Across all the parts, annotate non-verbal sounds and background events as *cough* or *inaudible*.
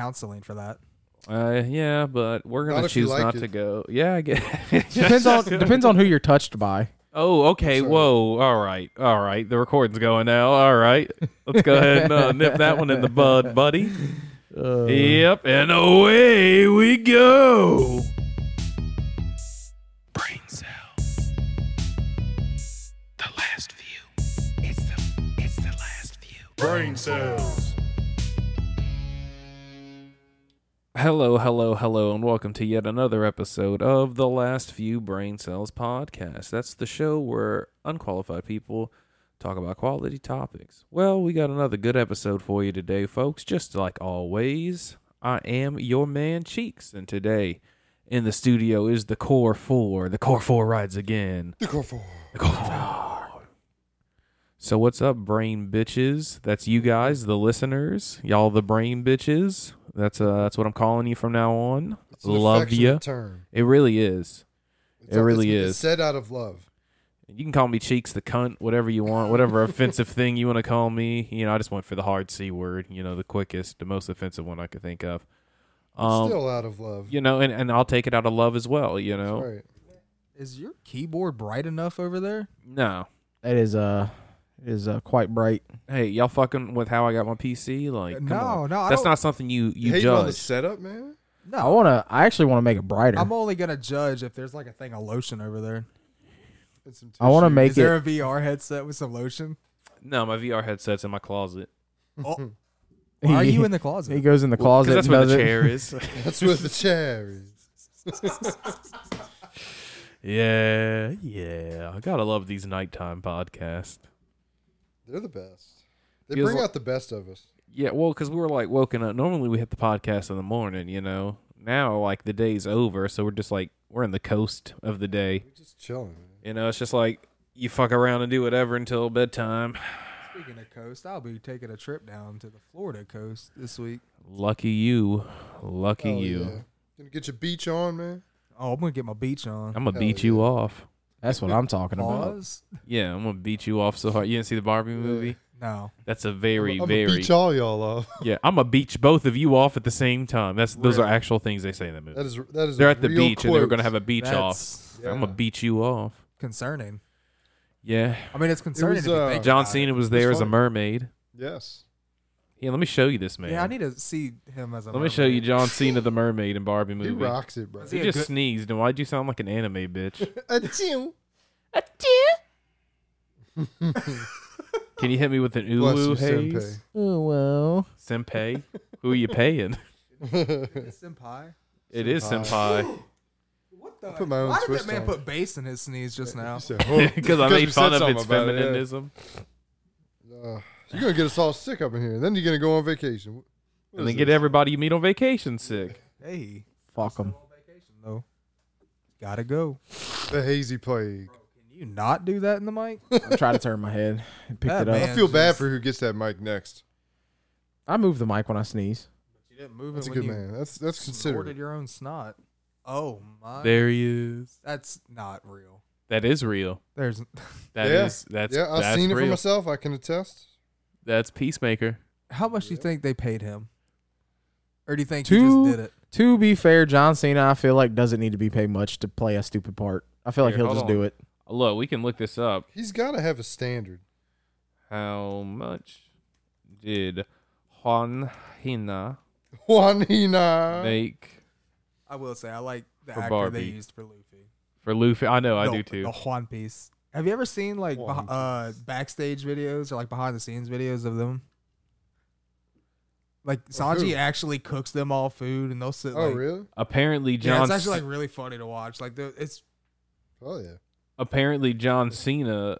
counseling for that. Uh, yeah, but we're gonna Not if you choose liked not it. to go. *laughs* Yeah, I *laughs* guess. *laughs* depends on depends on who you're touched by. Oh, okay. Sorry. Whoa. All right. All right. The recording's going now. All right. Let's go ahead and *laughs* uh, nip that one in the bud, buddy. Uh. Yep. And away we go. Brain cell. The last view. It's the, it's the last view. Brain cells. Hello, hello, hello, and welcome to yet another episode of the Last Few Brain Cells podcast. That's the show where unqualified people talk about quality topics. Well, we got another good episode for you today, folks. Just like always, I am your man Cheeks, and today in the studio is the Core Four. The Core Four rides again. The core four. The Core Four. oh, So what's up, brain bitches? That's you guys, the listeners, y'all, the brain bitches. That's uh, that's what I'm calling you from now on. It's an Love affectionate you. Term. It really is. It's It a- really it's- is. It's said out of love. You can call me cheeks, the cunt, whatever you want, whatever *laughs* offensive thing you want to call me. You know, I just went for the hard c word. You know, the quickest, the most offensive one I could think of. Um, Still out of love. you know, and, and I'll take it out of love as well. You know, That's right. Is your keyboard bright enough over there? no, That is uh is uh quite bright. hey, y'all fucking with how I got my PC? Uh, Like, come no, on. no, I that's don't- not something you you hating on the judge. setup, man. I wanna I actually wanna make it brighter. I'm only gonna judge if there's like a thing of lotion over there. And some I want to tissue. make Is there it. a VR headset with some *laughs* lotion? No, my VR headset's in my closet. Oh, why are you in the closet? *laughs* He goes in the 'Cause closet. that's and where does the it. chair *laughs* is. That's with the cherries. yeah, yeah. I gotta love these nighttime podcasts. They're the best. They Feels bring like- out the best of us. Yeah, well, because we were like woken up. Normally we hit the podcast in the morning, you know. Now like the day's over, so we're just like we're in the coast of the day. We're just chilling. Man. You know, it's just like you fuck around and do whatever until bedtime. Speaking of coast, I'll be taking a trip down to the Florida coast this week. Lucky you, lucky Hell you. yeah. Gonna get your beach on, man. Oh, I'm gonna get my beach on. I'm gonna Hell beat yeah. you off. That's what I'm talking about. Pause? Yeah, I'm gonna beat you off so hard. You didn't see the Barbie movie? No. That's a very, I'm, I'm very gonna beach all y'all off. *laughs* Yeah, I'm gonna beach both of you off at the same time. That's those are actual things they say in the movie. That is that is. They're a at the real beach and they were gonna quote. have a beach off. That's I'm gonna Yeah. beat you off. concerning. Yeah, I mean, it's concerning. was, if you uh, think John about it. Cena was there as a funny. mermaid. Yes. Yeah, let me show you this man. Yeah, I need to see him as a. let me show you John Cena the mermaid in Barbie He movie. *laughs* rocks it, bro. Is He Yeah, just good- sneezed, and why'd you sound like an anime *laughs* bitch? A two. Can you hit me with an Bless you, ulu *laughs* haze? Oh well. Senpai. Who are you paying? *laughs* senpai. Senpai. It is *laughs* senpai. What the? put my own Why did twist that man on it. put bass in his sneeze just now? You *laughs* said, "Huh." Because I we made said fun of something its about it, yeah. feminism. Uh, you're gonna get us all sick up in here, and then you're gonna go on vacation. What And is then get this? everybody you meet on vacation sick. Hey, Fuck him. no, gotta go. the hazy plague. Can you not do that in the *laughs* mic? I tried to turn my head. and picked That it up. man- I feel bad just- for who gets that mic next. I move the mic when I sneeze. You didn't move That's a it good when you man. That's that's snorted considered. your own snot. Oh my! There he is. That's not real. That is real. There's *laughs* That is Yeah. that's Yeah, I've that's seen it for real. myself. I can attest. That's Peacemaker. how much do you think they paid him, or do you think Two- he just did it? To be fair, John Cena, I feel like doesn't need to be paid much to play a stupid part. I feel like Here, he'll hold just on. do it. Look, we can look this up. He's got to have a standard. *laughs* How much did Juan Hina Juanina. make I will say I like the For actor Barbie. they used for Luffy. for Luffy? I know, I The- do too. The Juan Piece. Have you ever seen like beh- Juan uh, backstage videos or like behind the scenes videos of them? Like Sanji who? actually cooks them all food, and they'll sit. oh like, really? Apparently, Yeah, John. it's actually C- like really funny to watch. Like the, it's Oh yeah. apparently, John Cena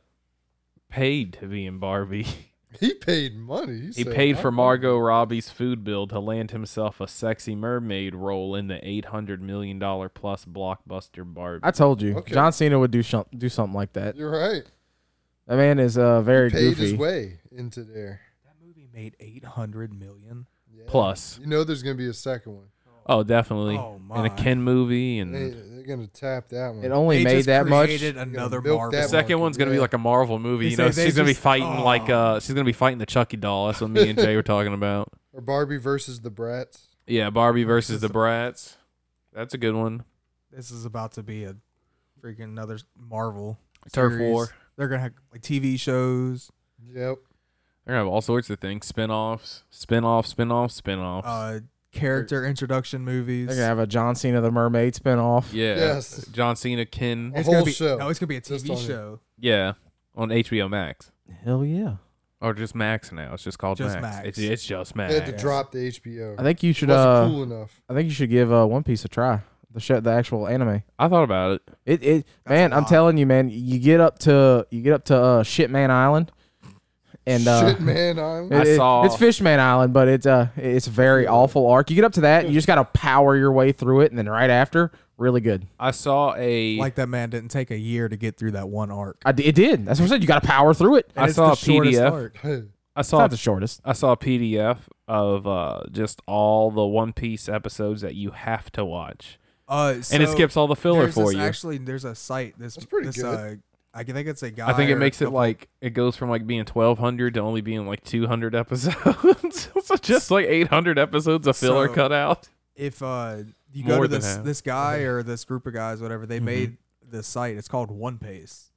paid to be in Barbie. *laughs* He paid money. he said, paid "I for want Margot Robbie's food bill to land himself a sexy mermaid role in the eight hundred million dollar plus blockbuster Barbie. I told you, Okay. John Cena would do shum- do something like it." that. You're right. That man is uh very Paid goofy. his way into there. that movie made eight hundred million. Yeah. plus, You know, there's gonna be a second one. oh, definitely, Oh, in my. a Ken movie and. They, they're gonna tap that one. It only They made just that much. created another milk Marvel. that The second market, one's gonna be yeah. like a Marvel movie. They You say know, they she's gonna be just- fighting Oh. like uh, she's gonna be fighting the Chucky doll. That's what me and Jay were talking about. or Barbie versus the Bratz. Yeah, Barbie versus the Brats. That's a good one. This is about to be a freaking another Marvel Turf series. war. They're gonna have like TV shows. Yep. They're gonna have all sorts of things. Spin-offs, spin-offs, spin-offs, spin-offs. uh character introduction movies. They're gonna have a John Cena the Mermaid spinoff. yeah. Yes. John Cena kin. a it's gonna whole be, show. No, it's gonna be a Just TV on it. show. Yeah. On HBO Max. Hell yeah! Or just Max now. It's just called Just Max. Max. It's, it's just Max. They had to drop the HBO. I think you should. Wasn't Uh, cool enough. I think you should give uh, One Piece a try. The show, the actual anime. I thought about it. It, it, That's man. a I'm lot. telling you, man. You get up to, you get up to uh, Shitman Island, and uh, Shit, man, I'm. *laughs* I It- it- saw- it's Fishman Island, but it's uh it's a very awful arc. You get up to that, you just gotta power your way through it, and then right after, really good. I saw a. Like that man didn't take a year to get through that one arc. I, d- it did. That's what I said. You gotta power through it. It's And I it's saw the a shortest PDF. arc. I saw not the shortest. I saw a PDF of uh, just all the One Piece episodes that you have to watch, Uh, so and it skips all the filler there's for this- you. Actually, there's a site. This That's pretty this, good. Uh, I think it's a guy. I think it or a makes it couple- like it goes from like being twelve hundred to only being like two hundred episodes, *laughs* so just like eight hundred episodes of filler So- cut out. if uh you go More to than this half. Mm-hmm. this guy or this group of guys, whatever, they made this site. It's called One Piece.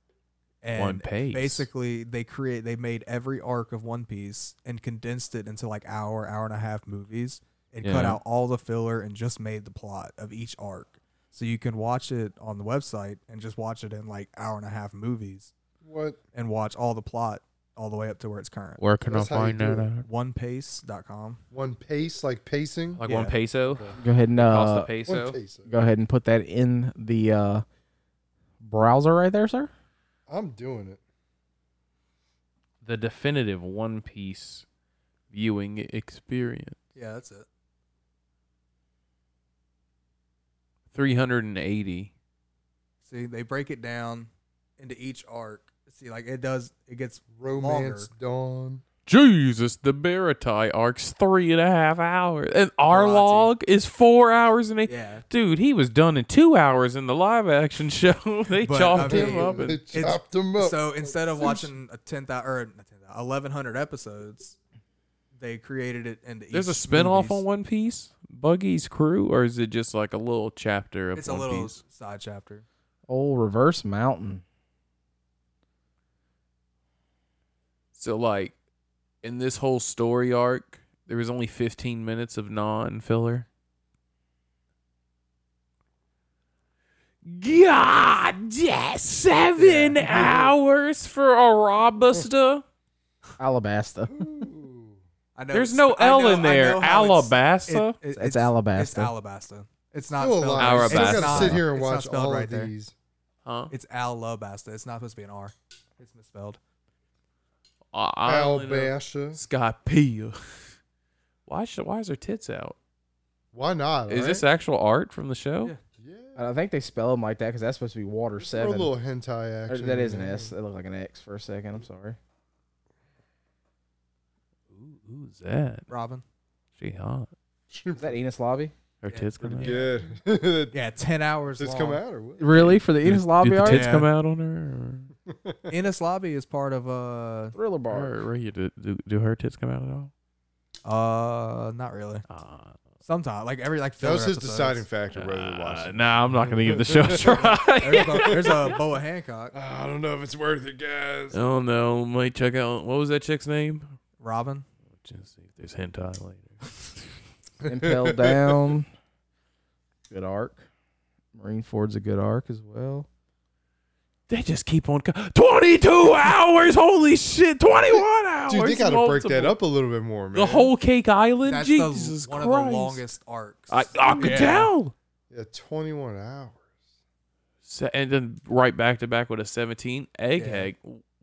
And One Piece. Basically, they create they made every arc of One Piece and condensed it into like hour, hour and a half movies, and cut Yeah. out all the filler and just made the plot of each arc. So you can watch it on the website and just watch it in like hour and a half movies what? and watch all the plot all the way up to where it's current. Where can I That's how you find do that it. out? OnePace.com. One pace, like pacing. Like Yeah. one peso, Go ahead and cost a uh, One peso. pace. go ahead and put that in the uh, browser right there, sir. I'm doing it. The definitive One Piece viewing experience. Yeah, that's it. Three hundred and eighty. See, they break it down into each arc. See, like it does, it gets Romance Dawn. Jesus, the Baratai arc's three and a half hours, and Arlong Arlog is four hours and eight. *laughs* yeah. Dude, he was done in two hours in the live action *laughs* show. they But, chopped I mean, him up. They And, chopped them up. So instead of Sushi. *laughs* watching a ten thousand or eleven hundred episodes, they created it into. there's a each spinoff movies. on One Piece, Buggy's Crew, or is it just like a little chapter of It's a One little Piece? side chapter. Old Reverse Mountain. So like, in this whole story arc, there was only 15 minutes of non filler. God, yes, seven Yeah. hours for a Robusta. Alabasta. Ooh. I know There's it's- no I L know- in I there. know how it's- Alabasta. it- it- It's Alabasta. It's Alabasta. It's not Still spelled. alive. right. Alabasta. It's Still not- gotta sit here and it's not watch spelled all right of there. these. huh? It's Alabasta. It's not supposed to be an R. It's misspelled. I- I only know- Alabasha. Scott P. Why should why is her tits out? Why not? Is this actual art from the show? Yeah. Yeah. I think they spell them like that because that's supposed to be water Throw A seven. little hentai Or action. that in is an there. *laughs* S. It looked like an X for a second. I'm sorry. Ooh, who's that? Robin. She hot. Is that Enos Lobby? Her Yeah, tits come out. pretty Yeah. *laughs* *laughs* Yeah, ten hours. Just long. come out or what? *laughs* Really for the Did- Enos Lobby? Did the art? tits Yeah. come out on her? Ennis Lobby is part of uh Thriller Or, bar. or, or you- do, do, do her tits come out at all? uh not really. Uh, Sometimes like every like That was filler his episodes. *laughs* deciding factor whether to watch uh, it. nah, I'm not gonna give the show *laughs* a try. There's a, there's a Boa *sighs* Hancock. I don't know if it's worth it, guys. oh no, might check out what was that chick's name? Robin. Just see if there's hentai later. *laughs* Impel down. Good arc. Marine Ford's a good arc as well. They just keep on. Co- *laughs* 22 hours! Holy shit! 21 hours! Dude, they gotta break that multiple. up a little bit more, man. The whole Cake Island? That's Jesus the, one Christ. of the longest arcs. I, I could Yeah. tell. yeah, twenty-one hours. Se- and then right back to back with a 17 egg Yeah. egg.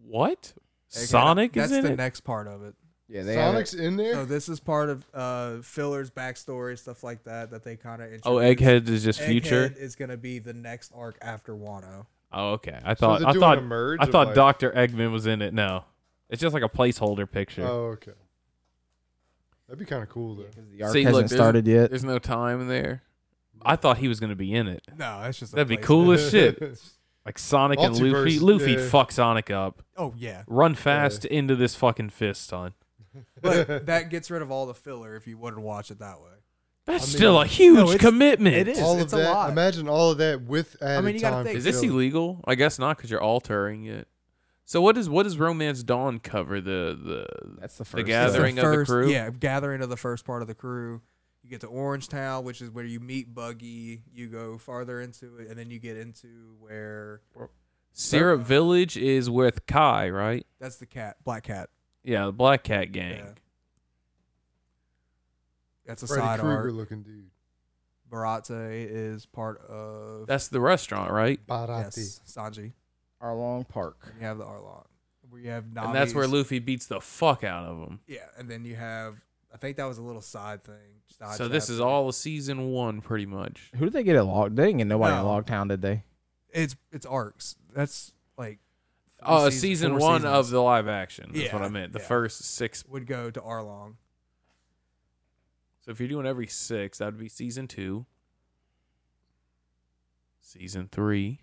What? Again, Sonic that's is in the it. next part of it. Yeah, Sonic's in there. So this is part of uh Filler's backstory, stuff like that that they kind of oh, Egghead is just future. Egghead is gonna be the next arc after Wano. Oh, okay. I So thought they're I doing thought a merge I of, thought like- Doctor Eggman was in it. No, it's just like a placeholder picture. Oh, okay. That'd be kind of cool though. The arc See, look, hasn't there's- started yet. There's no time there. I thought he was gonna be in it. No, that's just a That'd be place- cool *laughs* as shit. Like Sonic and Luffy. Multiverse, Luffy yeah. fuck Sonic up. Oh yeah, Run fast into this fucking fist, son. *laughs* but that gets rid of all the filler if you wouldn't watch it that way. That's I mean, still a huge no, it's- commitment. it is. all it's of a that. lot. Imagine all of that with added mean, you gotta time. think. for Is this film. illegal? I guess not because you're altering it. So what does what does Romance Dawn cover? The the That's the first. The step. It's gathering of the first- crew? Yeah, gathering of the first part of the crew. You get to Orange Town, which is where you meet Buggy. You go farther into it, and then you get into where Syrup Village is with Kai, right? that's the cat, Black Cat. Yeah, the Black Cat Gang. Yeah. That's a Freddy side Krueger art. looking dude. Barate is part of That's the restaurant, right? Barati. yes, Sanji. Arlong Park. And you have the Arlon. We have Nami's, And that's where Luffy beats the fuck out of him. Yeah, and then you have. I think that was a little side thing. side So this is chapter. all of season one, pretty much. Who did they get at Log? They didn't get nobody at No. Log Town, did they? It's it's arcs. That's like. three Uh, seasons- season four one of seasons the live action. That's what Yeah, I meant. The yeah. first six. would go to Arlong. So if you're doing every six, that would be season two, season three.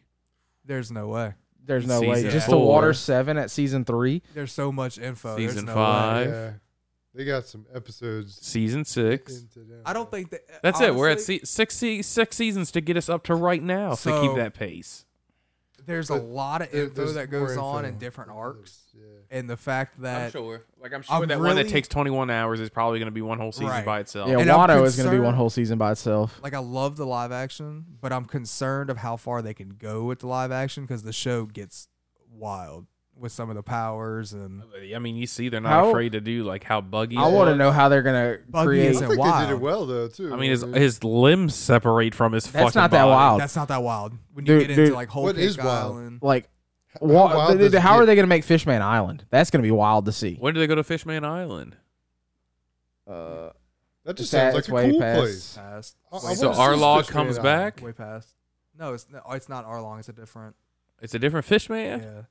There's no way. There's no way. Season Just the four. water seven at season three. There's so much info. There's Season no five. way. Yeah. They got some episodes. season six. into them. I don't think that. uh, That's it. We're at honestly, se- six se- six seasons to get us up to right now to keep So- that pace. There's a There- lot of There- info there's that more goes on info. in different arcs, Yeah. and the fact that sure. Like I'm sure I'm that one that really- takes 21 hours is probably going to be one whole season Right. by itself. Yeah, And I'm Watto is going to be concerned- one whole season by itself. like I love the live action, but I'm concerned of how far they can go with the live action because the show gets wild with some of the powers and I mean, you see, they're not How- afraid to do like how buggy. I it want to was. know how they're going to Buggy create. is I a- think they did wild. it well though too. I mean, his What his limbs separate from his fucking. That's not that body. wild. that's not that wild. When you Dude, get into dude, like whole what Cake is wild? Island, Like, How wa- wild th- does how it are get? they going to make Fishman Island? That's going to be wild to see. When do they go to Fishman Island? Uh, that just It's at- sounds it's like way a cool past- place. past I- I way so wanna see past- Arlog Fishman comes Island. back. way past. No, it's no, it's not Arlong. It's a different. It's a different Fishman. Yeah.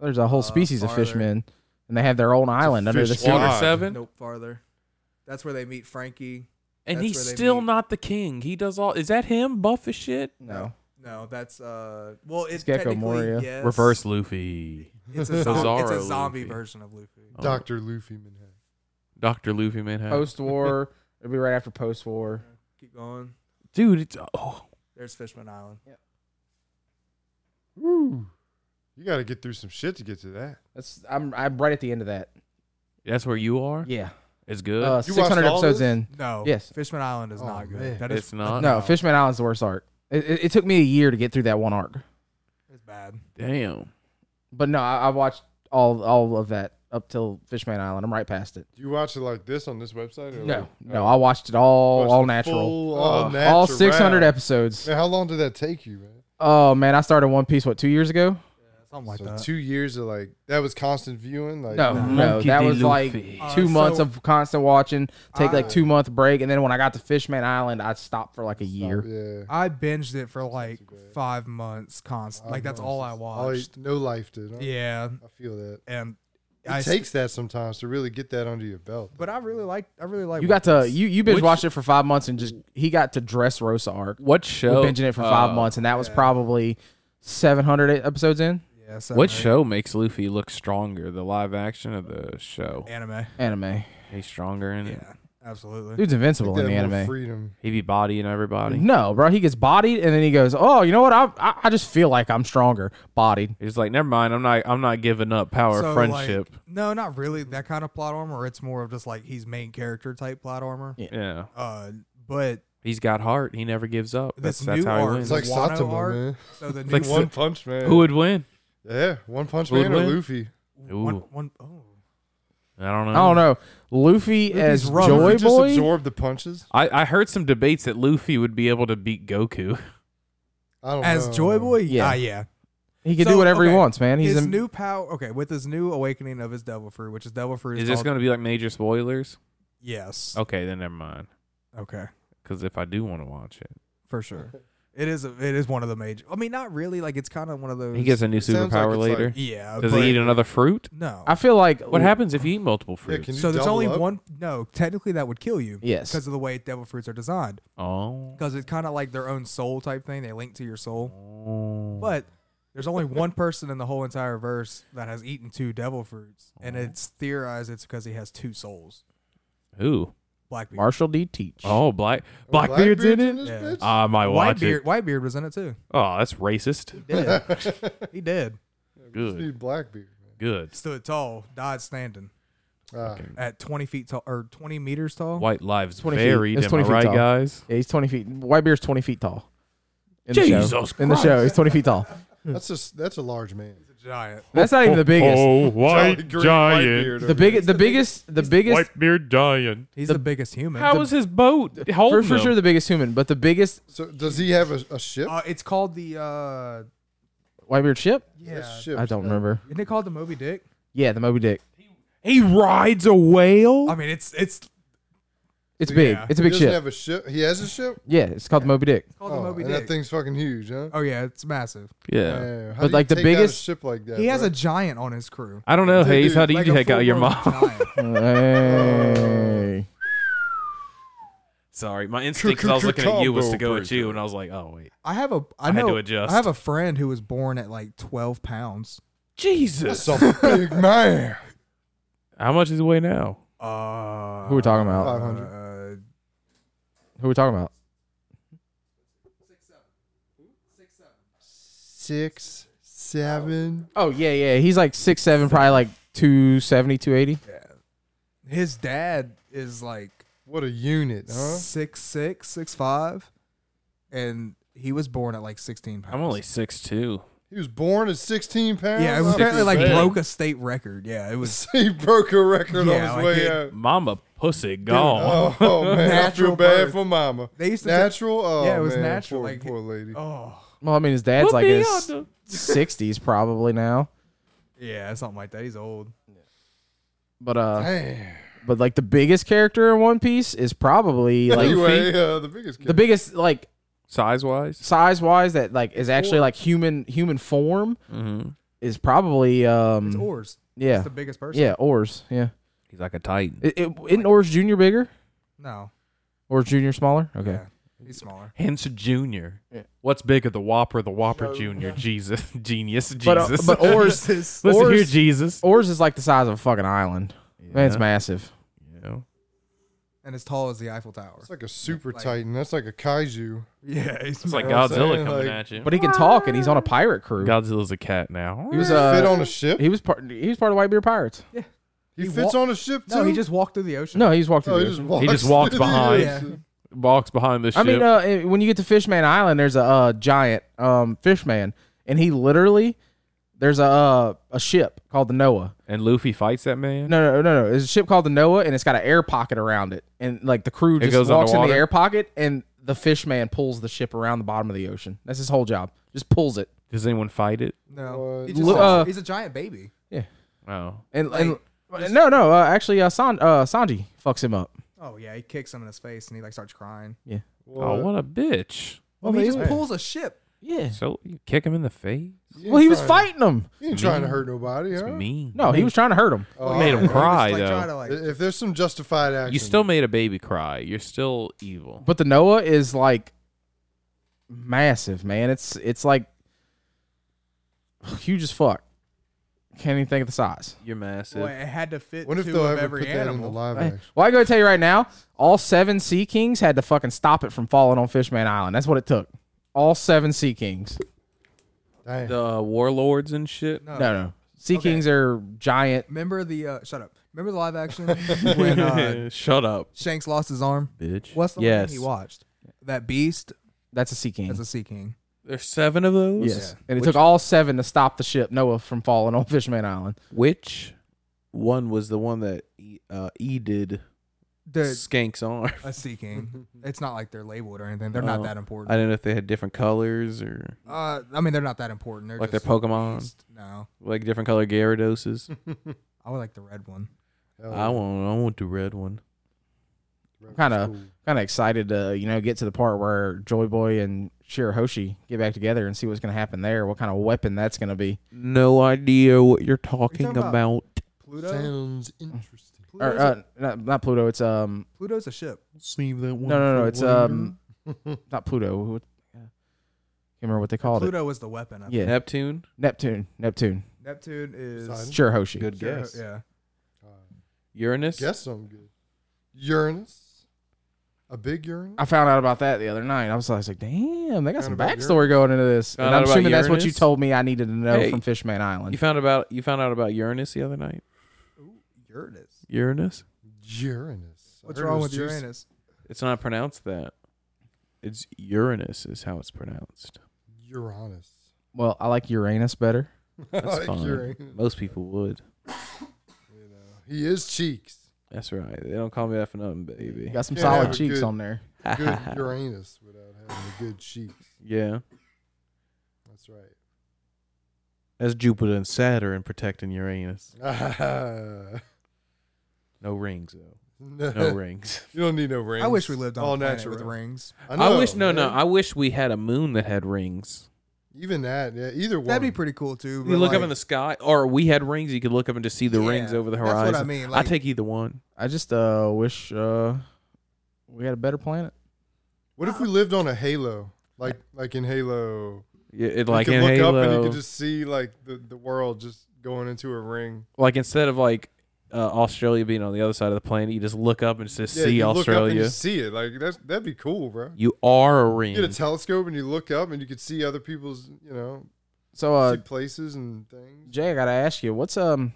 There's a whole Uh, species of farther. fishmen, and they have their own island under the fish sea. Water God. seven, Nope. Farther. That's where they meet Frankie. and That's he's where they still meet. not the king. He does all. Is that him? Buff as shit. No, No, that's uh. Well, it's Gecko technically Moria. yes. Reverse Luffy. It's *laughs* a, zom- it's a Bizarro zombie Luffy. version of Luffy. Oh, Doctor Luffy Manhattan. Dr. Luffy Manhattan. post *laughs* war. It'll be right after post war. Keep going. Dude, it's oh. There's Fishman Island. Woo. You got to get through some shit to get to that. That's I'm I'm right at the end of that. That's where you are? Yeah, It's good. uh, You watched 600 all episodes this? in. No. Yes. Fishman Island is Oh, not good. man. That is It's not? No, No. Fishman Island's the worst arc. It, it, it took me a year to get through that one arc, It's bad. Damn. but no, I, I watched all all of that up till Fishman Island. I'm right past it. Do you watch it like this on this website? Or No, like- no, Oh. I watched it all Watch all the natural, full, Uh, all natural. all 600 episodes. Man, how long did that take you, man? Oh man, I started One Piece what two years ago. Something like so that. two years of like that was constant viewing. Like No, No. no, Monkey that D. was like Luffy. Uh, two months so- of constant watching. Take like I- two month break, and then when I got to Fishman Island, I stopped for like a year. Yeah. I binged it for like too bad. five months constant. Like that's all I All you- watched. no life, dude. huh? Yeah, I feel that. and It I s- takes that sometimes to really get that under your belt. But I really like. I really like. You got to you you binge Which- watched it for five months, and just he got to Dress Rosa arc. What We're show? binging it for five uh, months, and that was yeah. probably seven hundred episodes in Yeah. So What show makes Luffy look stronger? The live action or the show? Anime. anime. He's stronger in it. Yeah. Absolutely. Dude's invincible in That the more anime. freedom. He be bodying everybody. No, bro, he gets bodied, and then he goes, "Oh, you know what? I I, I just feel like I'm stronger, bodied." He's like, never mind. I'm not. I'm not giving up. Power So, of like, friendship. no, not really that kind of plot armor. It's more of just like he's main character type plot armor. yeah, Uh, but he's got heart. He never gives up. That's This that's new how arc- he It's wins. like Wano Saitama, arc? man. so the new Like, One Punch Man. Who would win? Yeah, One Punch Who would Man or win? Luffy. one, Ooh. one, oh. I don't know. I don't know. Luffy as rough. Joy Luffy Boy. Just absorb the punches. I, I heard some debates that Luffy would be able to beat Goku. I don't as know. Joy Boy. Yeah, Yeah. yeah. He can So, do whatever he okay, wants, man. He's his in, new power. Okay, with his new awakening of his devil fruit, which is devil fruit. Is this Oh. called- going to be like major spoilers? Yes. Okay, then never mind. Okay, Because if I do want to watch it, for sure. It is. A, it is one of the major. I mean, not really. Like it's kind of one of those. he gets a new It sounds like superpower it's later. like- Yeah. Does but- he eat another fruit? No. I feel like What happens if you eat multiple Yeah, fruits? can you so there's double only up? one. No, technically that would kill you. Yes. Because of the way devil fruits are designed. oh. Because it's kind of like their own soul type thing. They link to your soul. But there's only one person in the whole entire verse that has eaten two devil fruits, and it's theorized it's because he has two souls. Who? Blackbeard. Marshall D. Teach. Oh, black Blackbeard's in it. Ah, this Yeah. bitch? I might watch Whitebeard, it. Whitebeard was in it *laughs* too. Oh, that's racist. He did. he did. Just Good, need Blackbeard. good. Stood tall, died standing Ah, at 20 feet tall or 20 meters tall. White lives 20 feet. buried. It's Am I 20 feet right, tall. guys? Yeah, he's 20 feet. Whitebeard's 20 feet tall. In Jesus the show. In the show, he's 20 feet tall. that's just that's a large man. Giant. That's not even the biggest. Oh, Jolly white green white giant, beard The over here. biggest, the biggest, the biggest. white beard giant. He's The- the, biggest human. How The- was his boat For, holding for sure, him? the biggest human, but the biggest So does he have a, a ship? uh, it's called the uh Whitebeard ship. yeah. ship. I don't remember. Isn't it called the Moby Dick? Yeah, the Moby Dick. He rides a whale. I mean, it's it's It's big. Yeah. It's a He big doesn't ship. have a ship. He has a ship. yeah, it's called the *laughs* Moby Dick. called the Moby Oh, and Dick. that thing's fucking huge, huh? oh yeah, it's massive. yeah. Man, how But do like you the take out biggest- a ship like that. He has bro? a giant on his crew. I don't know, Dude, Hayes. How do you a take out your mom? *laughs* full-grown giant. Sorry, my instinct 'cause I was looking at you was to go at you, and I was like, oh wait, I have a I I had know to adjust. I have a friend who was born at like 12 pounds. Jesus. That's a *laughs* big man. How much is he weigh now? Uh Who we talking about? Five hundred. Uh, Who we talking about? Six, seven. Oh yeah, yeah. He's like six seven, probably like 270, 280. yeah. uh, His dad is like What a unit, huh? six six, six five, and he was born at like sixteen pounds. I'm only six two. He was born at 16 pounds. yeah, it was That's apparently like bad. broke a state record. Yeah, it was *laughs* he broke a record on Yeah, his like way it- out. Mama pussy gone. Oh, oh, man, I feel Natural bad birth. for mama. they used to ta- Natural. Oh, Yeah, it was man, natural, Poor, like- poor lady. oh Well, I mean, his dad's like in his Whoopee-yonder. sixties probably now. yeah, something like that. He's old. But uh, Damn. but like the biggest character in One Piece is *laughs* probably like anyway, uh, the biggest. the biggest like Size wise, size wise that like is actually like human human form mm-hmm. is probably It's um Oars. yeah It's the biggest person. yeah oars yeah he's like a titan. it, it, isn't oars junior bigger No. or junior smaller okay Yeah. He's smaller. Hence Junior. Yeah. What's bigger, the Whopper, or the Whopper Junior? Jesus, *laughs* genius, Jesus. but uh, *laughs* but oars His- Listen here, oars- Jesus. oars is like the size of a fucking island man it's massive Yeah. *laughs* and as tall as the Eiffel Tower. It's like a super Like- titan. That's like a kaiju. Yeah, he's It's like You know what I'm Godzilla saying? coming Like- at you. but he can talk and he's on a pirate crew Godzilla's a cat now. he was fit uh on a ship. he was part he was part of White Beard Pirates He, he fits wa- on a ship too. no, he just walked through the ocean. no he just walked through Oh, the *laughs* he ocean. just walks. just walked behind. Yeah. Walks behind the ship. I mean, uh, eh, when you get to Fishman Island, there's a uh, giant um, fishman, and he literally there's a uh, a ship called the Noah. and Luffy fights that man. No, no, no, no. It's a ship called the Noah, and it's got an air pocket around it, and like the crew just goes walks in underwater? the air pocket, and the fishman pulls the ship around the bottom of the ocean. That's his whole job. Just pulls it, Does anyone fight it? No. What? He just Look, uh, he's a giant baby. Oh. and, and no, no. Uh, actually, uh, San, uh, Sanji fucks him up. Oh yeah, he kicks him in his face and he like starts crying. Oh, what a bitch. Well, he just pulls a ship. Yeah. So you kick him in the face? You Well, ain't he was trying- fighting him. You ain't trying to hurt nobody, It's huh? mean. No, he was trying to hurt him. Oh, made I- him cry, Just, like, though. try to, like- If there's some justified action, You still made a baby cry. You're still evil. But the Noah is like massive, man. It's it's like huge as fuck. Can't even think of the size. You're massive. Boy, it had to fit What if two they'll of ever every put that in the animal. live Hey, action? Well, I gotta tell you right now, all seven Sea Kings had to fucking stop it from falling on Fishman Island. That's what it took. All seven Sea Kings. Damn. *laughs* The warlords and shit. No. No, no. Sea Oh. Okay. Kings are giant. Remember the uh, shut up. Remember the live action *laughs* when uh, *laughs* Shut up, Shanks lost his arm? bitch. What's the yes. one he watched? That beast That's a Sea King. as a sea king. There's seven of those. yes. Yeah. And it took all seven to stop the ship Noah from falling on Fishman Island. Which one was the one that E, uh, e did The, Skank's *laughs* arm? a sea king. *laughs* It's not like they're labeled or anything. They're not Oh, that I important. didn't know if they had different colors or uh, I mean, they're not that important. They're like their just Pokemon, No, like different color Gyarados. I would like the red one. Hell I want, I want the red one. yeah. kinda- Cool. kind of excited to you know get to the part where Joy Boy and Shirahoshi get back together and see what's going to happen there. What kind of weapon that's going to be? No idea what you're talking talking about- about. Pluto. Sounds interesting. Pluto's, Or a, uh, not, not Pluto. It's um Pluto's a ship. Save that one. no no no. for It's later. um *laughs* not Pluto. What- Can't remember what they called it. Pluto was the weapon. I think. Yeah, Neptune. Neptune. Neptune. Neptune is Poseidon? Shirahoshi. Good Sure, guess. Yeah. Uh, Uranus. guess something good. Uranus. A big urine? I found out about that the other night. I was, I was like, damn, they got Found some about backstory going into this. Found and out I'm about assuming that's what you Uranus? told me I needed to know Hey. from Fishman Island. You found about you found out about Uranus the other night. Uranus. Uranus. Uranus. I What's heard it wrong was with juicy. Uranus? It's not pronounced that. It's Uranus is how it's pronounced. Uranus. *laughs* well, I like Uranus better. I That's like fine. Uranus. Most people would. You know, he is cheeks. That's right. They don't call me that for nothing, baby. Got some Yeah, solid but cheeks good. on there. *laughs* Good Uranus without having the good cheeks. yeah. That's That's Jupiter and Saturn protecting Uranus. *laughs* right. No rings though. no, *laughs* No rings. You don't need no rings. I wish we lived on All a planet with natural. rings. I wish no man. no. I wish we had a moon that had rings. Even that, yeah. Either one. That'd be pretty cool too. You but, look like, up in the sky, or we had rings. You could look up and just see the Yeah, rings over the that's what I horizon. mean, I like- take either one. I just uh, wish uh, we had a better planet. What if we lived on a halo? Like like in Halo. Yeah, it, You like could in look Halo, up and you could just see like the, the world just going into a ring. like instead of like uh, Australia being on the other side of the planet, you just look up and just Yeah, see you Look up and Australia. you see it. Like that's that'd be cool, bro. You are a You get a ring. telescope and you look up and you could see other people's, you know, So, uh, see places and things. Jay, I gotta ask you, what's um,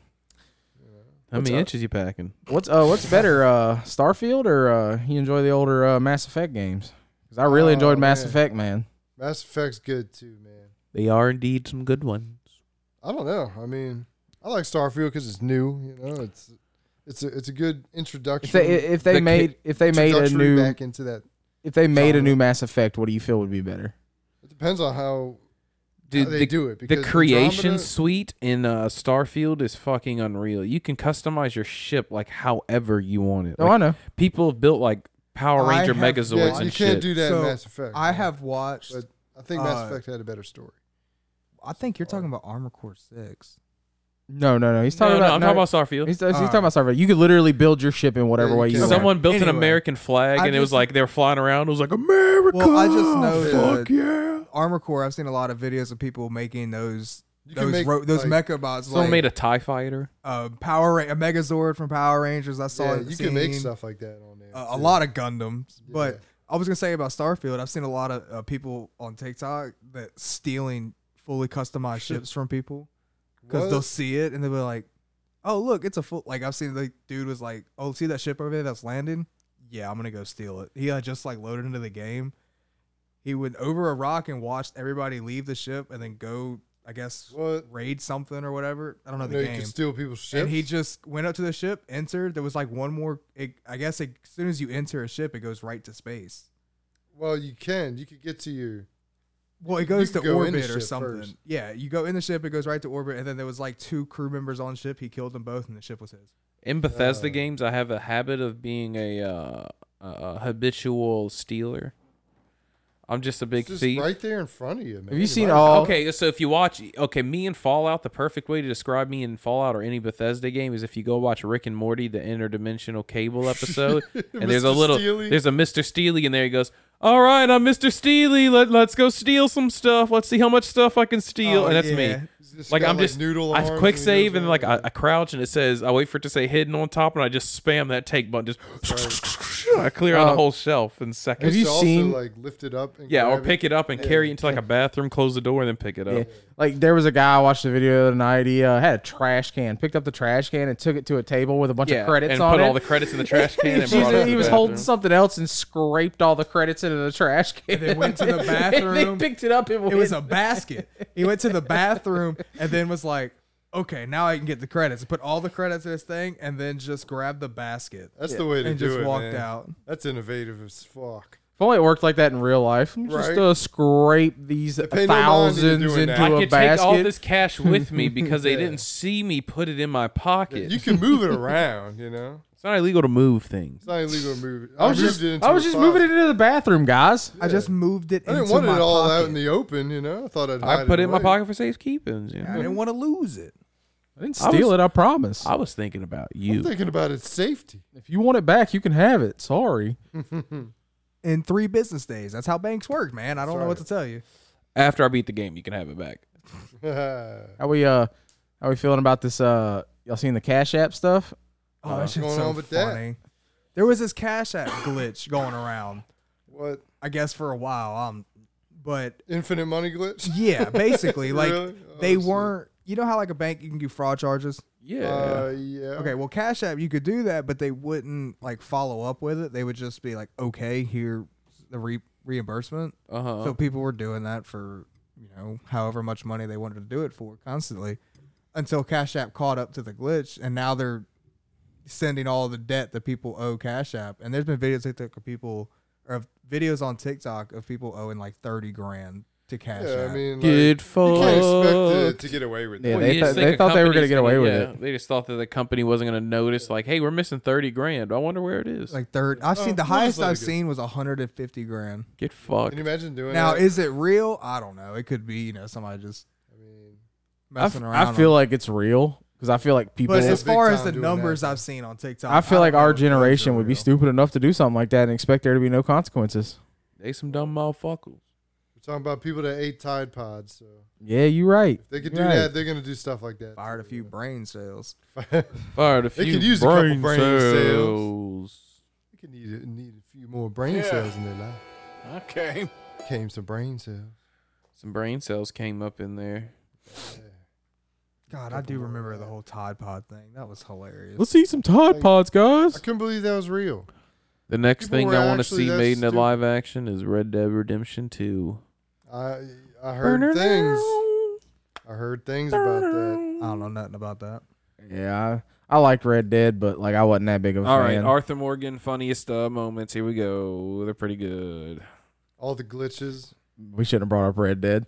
How What's many up? inches you packing? what's uh, what's better, uh, Starfield or uh, you enjoy the older uh, Mass Effect games? Because I really Oh, enjoyed Mass man. Effect, man. Mass Effect's good too, man. They are indeed some good ones. I don't know. I mean, I like Starfield because it's new. You know, it's it's a it's a good introduction. If they if they The ki- made if they made a introductory new back into that. if they made a genre. new Mass Effect, what do you feel would be better? It depends on how, Dude, how they the, do it. the Because creation Andromeda- suite in uh, Starfield is fucking unreal. You can customize your ship like however you want it. No, Like, I know. people have built like Power I Ranger have- Megazords yeah, and you shit. can't do that So, in Mass Effect. I man. have watched. But I think Mass uh, Effect had a better story. I think you're talking about Armor Core Six. No, no, no. He's talking no, about no, I'm no, talking about Starfield. He's, he's Uh, talking about Starfield. You could literally build your ship in whatever Yeah, you way you can. want. Someone built an Anyway. American flag, I and it was just- like they were flying around. It was like America. Well, I just know fuck that- yeah. Armor Core. I've seen a lot of videos of people making those You can those make, ro- those like, mechabots. Someone like, made a Tie Fighter. uh, Power Ra- a Megazord from Power Rangers. I saw yeah, it. you can make seen, stuff like that on there. uh, a too. lot of Gundams, but Yeah. I was gonna say about Starfield. I've seen a lot of uh, people on TikTok that stealing fully customized *laughs* ships from people because What? they'll see it and they'll be like, "Oh, look, it's a full." Like I've seen the dude was like, "Oh, see that ship over there that's landing? Yeah, I'm gonna go steal it." He had just like loaded into the game. He went over a rock and watched everybody leave the ship and then go, I guess, What? raid something or whatever. I don't know I the know you game. can steal people's ships. And he just went up to the ship, entered. There was like one more. It, I guess it, as soon as you enter a ship, it goes right to space. well, you can. You could get to your. Well, it goes to could go in the orbit or ship something. first. Yeah, you go in the ship, it goes right to orbit, and then there was like two crew members on ship. He killed them both, and the ship *laughs* was his. In Bethesda Uh. games, I have a habit of being a, uh, a- a habitual stealer. I'm just a big It's just thief. right there in front of you, man. Have you seen might- all? Okay, so if you watch, okay, me and Fallout, the perfect way to describe me in Fallout or any Bethesda game is if you go watch Rick and Morty, the interdimensional cable episode, and there's a Mr. little, Steely. there's a Mr. Steely in there. He goes, "All right, I'm Mr. Steely. Let let's go steal some stuff. Let's see how much stuff I can steal." Oh, and that's yeah. me. He's just Like got, I'm just noodle. I arms quick he goes save and around. like I, I crouch and it says I wait for it to say hidden on top and I just spam that take button. Just *laughs* I clear out Uh, the whole shelf in have seconds. It's you also, seen- like lift it up? And Yeah, or grab pick it up and carry it into like a bathroom, close the door, and then pick it up. Yeah. Like there was a guy I watched a video the other night. He uh, had a trash can, picked up the trash can, and took it to a table with a bunch of credits and on put it. all the credits in the *laughs* trash can. and He was- brought it to he the was bathroom. holding something else and scraped all the credits into the trash can. *laughs* And they went to the And they bathroom. picked it up. And It was a basket. He went to the bathroom and then was like, "Okay, now I can get the credits." Put all the credits in this thing, and then just grabbed the basket That's the way to and do just it, walked man. out. That's innovative as fuck. If only it worked like that in real life. Let me Just Right. uh, scrape these pay no mind to you thousands doing into that. I a could basket. take all this cash with *laughs* me because they Yeah. didn't see me put it in my pocket. You can move it around. You know, it's not illegal to move things. it's not illegal to move it. I was moved just, it into I was a just moving closet. it into the bathroom, guys. I just moved it. I didn't into want it my all pocket. out in the open. You know, I thought I'd. I hide put it in my away. pocket for safekeeping. You I know? didn't want to lose it. I didn't I steal was- it. I promise. I was thinking about I'm you. thinking about its safety. *laughs* if you want it back, you can have it. Sorry. In three business days. That's how banks work, man. I don't know what to That's tell you. After I beat the game, you can have it back. What's How we uh, how we feeling about this? Uh, y'all seen the Cash App stuff? Oh, that shit's going so on with that? funny. There was this Cash App glitch going around, What I guess, for a while. Um, but infinite money glitch? *laughs* yeah, *laughs* basically, like Really? Oh, they shit. weren't. You know how like a bank you can do fraud charges. Yeah. Uh, yeah. Okay, well, Cash App you could do that, but they wouldn't like follow up with it. They would just be like, "Okay, here the re- reimbursement." Uh huh. So people were doing that for you know however much money they wanted to do it for constantly, until Cash App caught up to the glitch, and now they're sending all the debt that people owe Cash App. And there's been videos TikTok of people or of videos on TikTok of people owing like thirty grand to Cash Yeah, App. I mean, like, you Get can't expect fucked. to, to get away with Yeah, that. they thought- they thought they were gonna get away with it. They just thought that the company wasn't gonna notice. Like, hey, we're missing thirty grand. I wonder where it is. like third, I've Oh, seen the well, that's highest not I've good. seen was 150 grand. get fucked. Can you imagine doing Now, that? is it real? I don't know. It could be, you know, somebody just I mean, I, messing f- around. I feel like it's real because I feel like people. but Well, as big far as time the doing numbers that. I've seen on TikTok, I feel don't like know our if those are generation would be real. stupid enough to do something like that and expect there to be no consequences. They some dumb motherfuckers. we're talking about people that ate Tide Pods, so Yeah, you're right. if they could do You're right. that, they're gonna do stuff like that. Fired a *laughs* few brain cells. Fire- Fired a They few could use a couple brain, brain cells. they could need need a few more brain cells in their life. Okay. Came some brain cells. Some brain cells came up in there. God, I do remember the whole Tide Pod thing. That was hilarious. Let's eat some Tide Pods, I guys. couldn't believe that was real. The next People thing were I want to actually see that made into stupid. live action is Red Dead Redemption 2. I I heard things. I heard things about that. Uh, I don't know nothing about that. Yeah, I, I liked Red Dead, but like I wasn't that big of a All right, fan. Arthur Morgan, funniest uh, moments. Here we go. They're pretty good. All the glitches. we shouldn't have brought up Red Dead.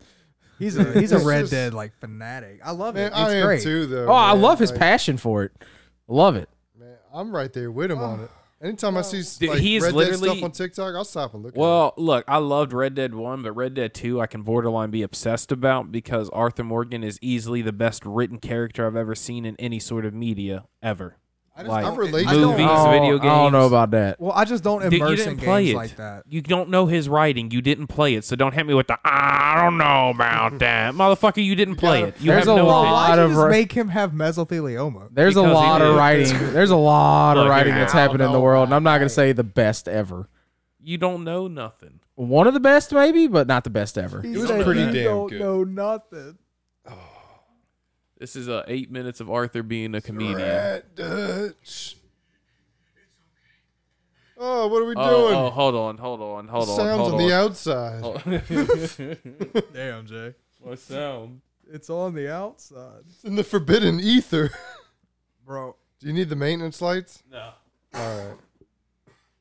He's a *laughs* he's a It's Red just- Dead like fanatic. I love Man, it. I It's am great. too, though. Oh, I man. love his Like, passion for it. Love it. Man, I'm right there with him on it. Anytime I see Dude, like, he is red literally- Dead stuff on TikTok, I'll stop and look. Well, look, I loved Red Dead 1, but Red Dead 2 I can borderline be obsessed about because Arthur Morgan is easily the best written character I've ever seen in any sort of media ever. at it. I, just, like, I relate I don't- to movies, it. I don't- video Oh, I don't know games. about that. Well, I just don't Dude, you immerse didn't in play games it. like that. You don't know his writing. You didn't play it, so don't hit me with the I don't know about that, motherfucker. You didn't play it. You There's have a no lot opinion. Why Out did you of just re- make him have mesothelioma? There's a Because he lot of did. *laughs* writing. There's a lot of Look, writing I that's don't happened in the know world, and I'm not gonna about say the best ever. You don't know nothing. One of the best, maybe, but not the best ever. He was said pretty you damn don't good. know nothing. This is uh, eight minutes of Arthur being a comedian. Red Dead. Oh, what are we doing? Oh, oh, hold on, hold on, hold on, Sounds hold on on. the outside. Damn, Jay. what sound? It's on the outside, It's in the forbidden ether. *laughs* bro. Do you need the maintenance lights? No. All right.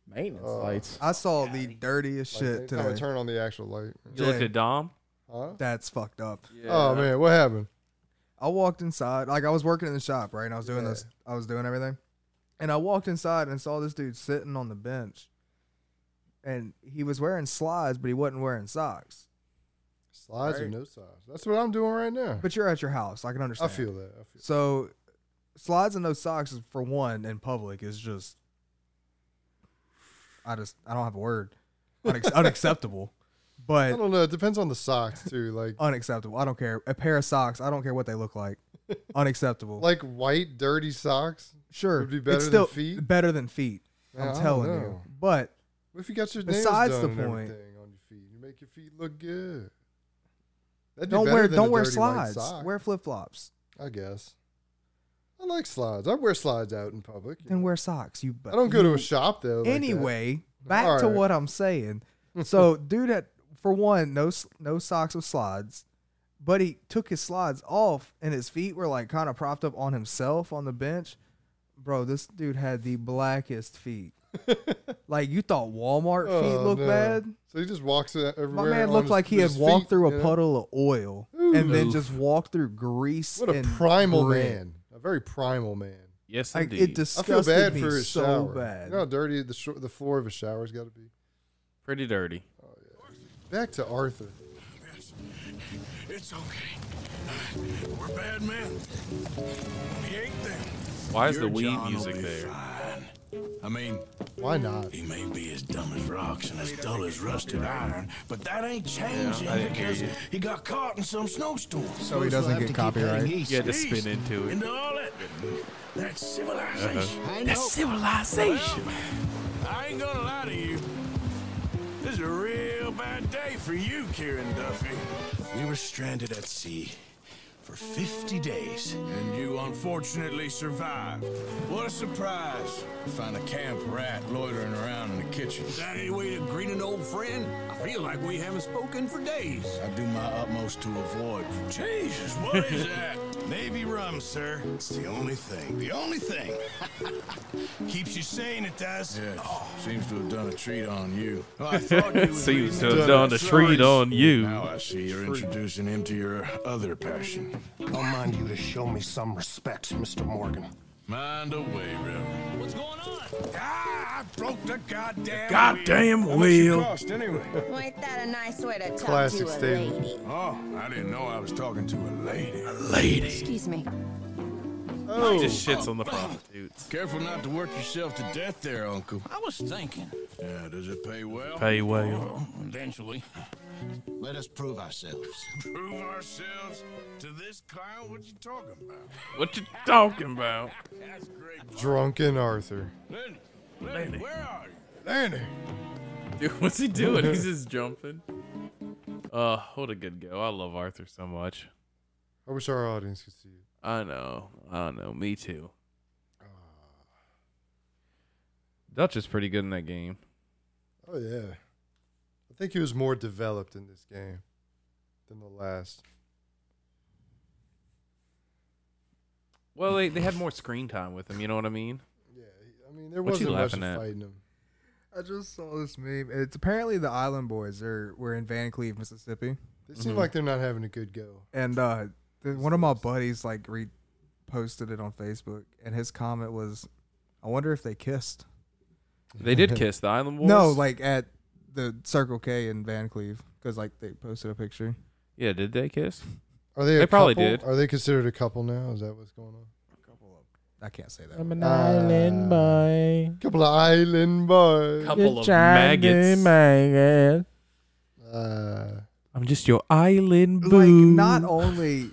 Maintenance Uh, lights. I saw the dirtiest shit I'm gonna today. turn on the actual light. You looked Jay. at Dom. Huh? That's fucked up. Oh man, what happened? I walked inside, like I was working in the shop, right? And I was doing Yeah. this, I was doing everything, and I walked inside and saw this dude sitting on the bench, and he was wearing slides, but he wasn't wearing socks. Slides or Right. no slides? That's what I'm doing right now. But you're at your house, I can I understand. feel that. I feel so. Slides and no socks, is- for one, in public is just, I just, I don't have a word, Unac- *laughs* unacceptable. But I don't know. It depends on the socks *laughs* too. Like Oh. unacceptable. I don't care. A pair of socks, I don't care what they look *laughs* like. unacceptable. like white dirty socks. sure, would be better it's than still feet? better than feet. Yeah, I I'm don't telling you. know. But What if you got your Besides nails the done and point. everything on your feet? You make your feet look good. That'd be don't better wear than a don't wear dirty white slides. sock, Wear flip flops. I guess. I like slides. I wear slides out in public. you Then know. wear socks. You. I don't go to a shop though. like that. *laughs* anyway, back to Alright. what I'm saying. So, dude, had for one, no s- no socks with slides, but he took his slides off, and his feet were like kind of propped up on himself on the bench. Bro, this dude had the blackest *laughs* feet. like you thought Walmart Oh, feet looked no. bad. So he just walks e- everywhere. My man on looked his- like he with had his walked feet, through you a know? puddle of oil and then just walked through grease. What a and primal grit. man. A very primal man. Yes, Like, indeed. it I feel disgusted bad me for his so shower. bad. You know how dirty the sh- the floor of his shower's got to be. Pretty dirty. Back to Arthur. It's okay. Uh, We're bad men. We ain't them. Why is Your the weed John will music be there? fine. I mean, Why not? he may be as dumb as rocks and as dull as rusted iron, but that ain't changing I didn't hear because you. he got caught in some snowstorm. So he doesn't get copyright. You had to spin into it. Into all that, that civilization. That's civilization. I ain't gonna lie to you. This is a real bad day for you, Kieran Duffy. We were stranded at sea for 50 days, and you unfortunately survived. What a surprise to find a camp rat loitering around in the kitchen. Is that any way to greet an old friend? I feel like we haven't spoken for days. I do my utmost to avoid. Jesus, what *laughs* is that? Navy rum, sir. It's the only thing. The only thing. Keeps you sane, it does. Yeah, seems to have done a treat on you. Well, I *laughs* thought you was Seems to reading have done a treat on you. Now I see you're introducing him to your other passion. I'll mind you to show me some respect, Mr. Morgan. Mind away, Reverend. What's going on? Ah, I broke the goddamn Goddamn wheel. wheel. How much it cost anyway? Ain't that a nice way to talk Classic to a statement. lady? Oh, I didn't know I was talking to a lady. Lady. Excuse me. Oh, Just shits on the prostitutes. Careful not to work yourself to death there, Uncle. I was thinking. Yeah, does it pay well? Pay well. Eventually. Let us prove ourselves. Prove ourselves? To this clown? What you talking about? What you talking about? That's great. Oh. drunken Arthur. Lenny, Lenny, Lenny. where are you? Danny. Dude, what's he doing? He's just jumping. Uh, what a good go. I love Arthur so much. I wish our audience could see it. Ah, I know. I know. Me too. Dutch is pretty good in that game. Oh yeah. I think he was more developed in this game than the last. Well, they, they had more screen time with him. You know what I mean? Yeah, I mean there What you wasn't much laughing at? fighting him. I just saw this meme. It's apparently the Island Boys are were in Van Cleve, Mississippi, They Mm-hmm. seem like they're not having a good go. and uh, th- one of my buddies like reposted it on Facebook, and his comment was, "I wonder if they kissed." They *laughs* did kiss the Island Boys. No, like at the Circle K in Van Cleve, because like they posted a picture. yeah, did they kiss? Are they? A They probably couple? did. Are they considered a couple now? Is that what's going on? I can't say that. I'm an Uh, island boy. Couple of island boys. Couple of You're trying to maggots. make it. Uh, I'm just your island boo, like not only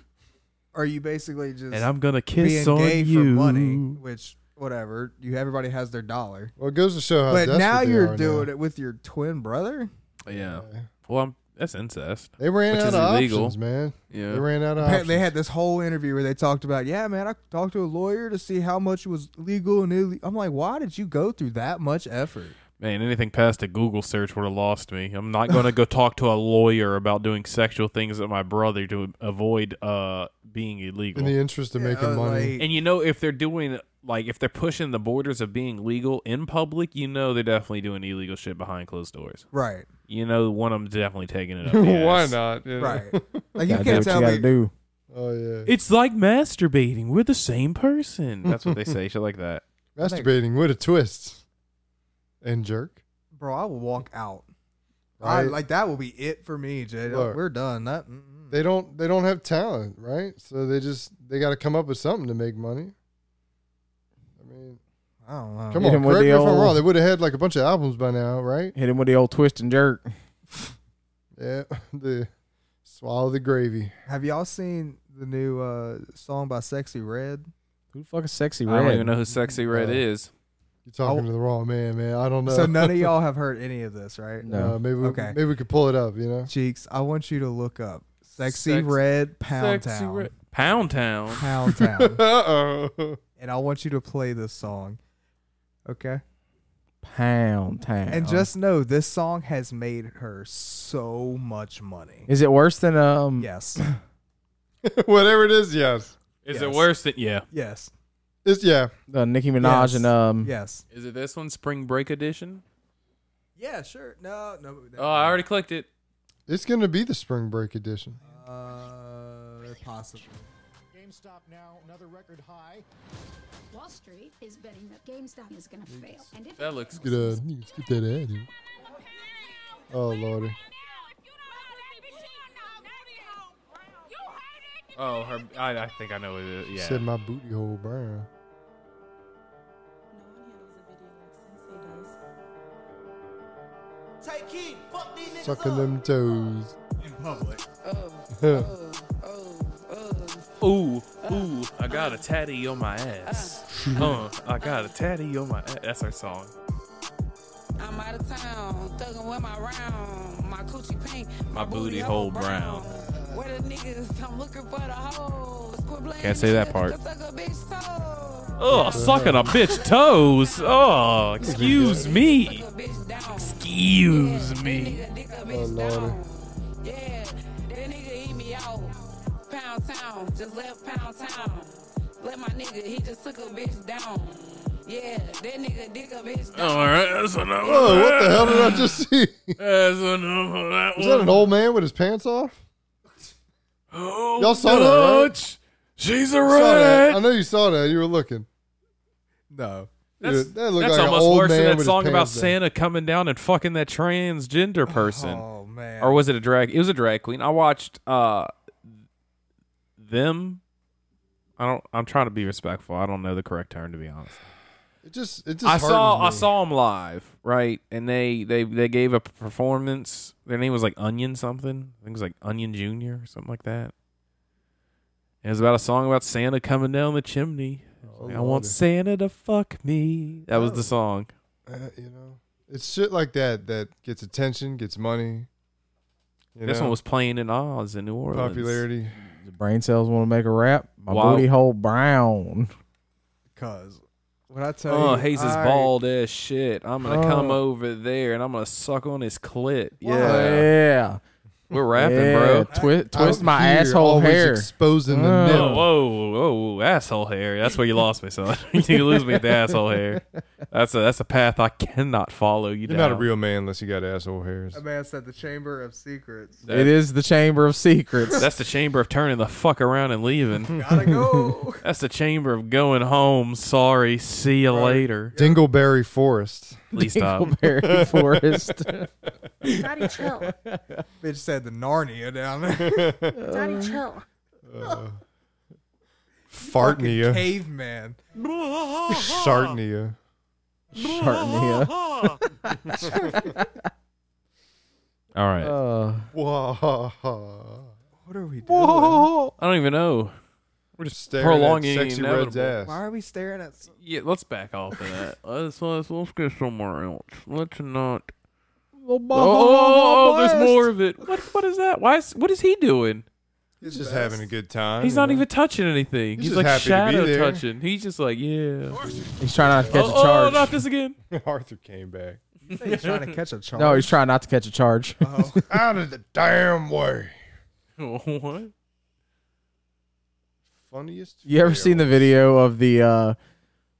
are you basically just and I'm gonna being kiss on gay you. for money, which whatever you everybody has their dollar, well, it goes to show how. but desperate now Oh, they you're are doing now. it with your twin brother. Yeah. Yeah. Well, I'm, that's incest. They ran Which out is of illegal. options, man. Yeah. They ran out of Apparently options. They had this whole interview where they talked about, yeah, man, I talked to a lawyer to see how much was legal and illegal. I'm like, why did you go through that much effort? Man, anything past a Google search would have lost me. I'm not going to go talk to a lawyer about doing sexual things with my brother to avoid uh, being illegal. in the interest of making Uh, money. like, and you know, if they're doing like if they're pushing the borders of being legal in public, you know they're definitely doing illegal shit behind closed doors. right, You know, one of them's definitely taking *laughs* it up. the Why ass. not? Yeah. *laughs* right. Like you Gotta do can't what you tell gotta me. do. Oh yeah. It's like masturbating. We're the same person. *laughs* That's *laughs* what they say. Shit like that. Masturbating. What a twist. And jerk. bro, I will walk out. I, Right? like that will be it for me, Jay. Look. We're done. That mm, mm-mm. they don't. They don't have talent, right? So they just they got to come up with something to make money. I mean, I don't Oh. know. come Hit on. him with Correct me the if I'm wrong. old- They would have had like a bunch of albums by now, right? Hit him with the old twist and jerk. Yeah. *laughs* The swallow the gravy. Have y'all seen the new uh, song by Sexy Red? Who the fuck is sexy I don't red? even know who Sexy Red Uh, is. You're talking to the wrong man, man. I don't know. So *laughs* none of y'all have heard any of this, right? No, maybe we, Okay. maybe we could pull it up. You know, Cheeks, I want you to look up Sexy Sex- Red Pound Town. Pound Town. Pound *laughs* Town. Uh oh. and I want you to play this song. Okay? Pound town. And just know this song has made her so much money. is it worse than Mm. um? Yes. *laughs* *coughs* Whatever it is, yes. Is Yes. it worse than yeah? Yes. It's yeah. Uh, Nicki Minaj Yes. and um. Yes. Is it this one, Spring Break Edition? Yeah, sure. No, no. Oh, I already clicked it. It's gonna be the spring break edition. Uh, possibly. GameStop now another record high. Wall Street is betting that GameStop is going to fail. And *laughs* if That looks Get, uh, let's get that ad here. Oh lordy. Oh, her. I, I think I know what it is. Yeah. Said my booty hole brown. No one handles a video like Sucking them toes. in public. Ooh, ooh, I got a tatty on my ass. *laughs* Uh, I got a tatty on my ass. That's our song. I'm out of town, thuggin' with my round, my coochie pink, My booty hole brown. Where the niggas, I'm looking for the hoes. Quit blaming Can't say that part. Suck a bitch toe. Oh, sucking a bitch toes. *laughs* Oh, excuse me. Excuse me. Oh, Lord. Yeah, that nigga eat me out. Pound town, just left pound town. Let my nigga, he just took a bitch down. Yeah, that nigga dick a bitch down. All right, that's enough. Whoa, Oh, what the hell did I just *laughs* see? That's enough of that Is one. that an old man with his pants off? Oh, Y'all saw that, right? Dutch, She's a You saw that. I rat. know you saw that. You were looking. No. That's, Dude, that looked that's like an almost old worse man than with that his song about pants down. Santa coming down and fucking that transgender person. Oh man. or was it a drag? It was a drag queen. I watched uh them. I don't. I'm trying to be respectful. I don't know the correct term to be honest. It just, it just. I saw I hardens me. saw them live, right? And they they they gave a performance. Their name was like Onion something. I think it was like Onion Junior or something like that. And it was about a song about Santa coming down the chimney. I want Lordy. Santa to fuck me. That Oh. was the song. Uh, you know, it's shit like that that gets attention, gets money. you this know, one was playing in Oz in New Orleans. popularity. The brain cells want to make a rap. My Wow. booty hole brown. Cause when I tell Oh, you, Hayes is I- bald as shit. I'm gonna come Oh. over there and I'm gonna suck on his clit. Yeah, Yeah. we're rapping, yeah. bro. Twi- twist Out my here, asshole always hair. exposing the Whoa, Uh. middle. Oh, whoa, whoa, whoa, asshole hair. That's where you lost me, son. *laughs* you lose me at the asshole hair. That's a that's a path I cannot follow. You You're not a down. real man unless you got asshole hairs. A man said the Chamber of Secrets. That- It is the chamber of secrets. That's the chamber of turning the fuck around and *laughs* leaving. Gotta *laughs* go. That's the chamber of going home. Sorry, see you later. Dingleberry Forest. Please stop. Dingleberry Forest. Daddy, chill. Bitch said the Narnia down there. Daddy, chill. Uh, *laughs* Fartnia. Caveman. *laughs* *laughs* Sartnia. Shartnia. All right. Uh, Whoa. What are we doing? whoa. I don't even know. We're just staring prolonging at sexy red's inevitable. ass. Why are we staring at? some- Yeah, let's back off of that. *laughs* let's, let's let's go somewhere else. Let's not Oh, there's more of it. What what is that? Why is what is he doing? He's just having a good time. He's not even touching anything. He's He's, just like happy to shadow be there. touching. He's just like, yeah. He's trying not to catch oh, a oh, charge. not this again. *laughs* Arthur came back. He's trying to catch a charge. no, he's trying not to catch a charge. Oh, Out of the damn way. *laughs* what? Funniest. *laughs* You ever seen the video of the uh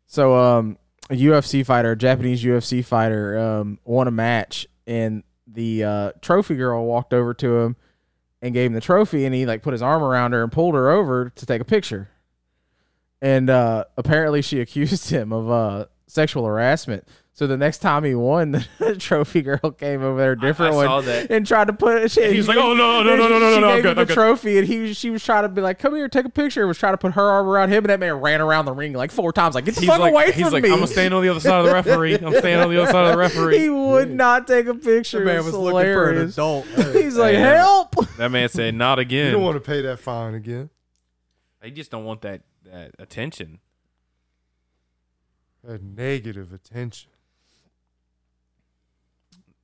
so um a UFC fighter, a Japanese UFC fighter, um, won a match and the uh trophy girl walked over to him and gave him the trophy and he like put his arm around her and pulled her over to take a picture. And uh apparently she *laughs* accused him of uh sexual harassment. So the next time he won, *laughs* the trophy girl came over there, a different I one, saw that. and tried to put. She, He's like, oh, no, no, no, no, no, she no, I'm gave good, him the I'm good. trophy, and he was, she was trying to be like, come here, take a picture. and Was trying to put her arm around him, and that man ran around the ring like four times, like get the He's fuck like, away he's from like, me. I'm gonna stand on the other side of the *laughs* referee. I'm standing on the other side of the *laughs* He referee. would not take a picture. the man It's was hilarious. *laughs* looking for an adult. *laughs* He's like, Hey, help! that man said, not You again. don't want to pay that fine again. they just don't want that that attention. That negative attention.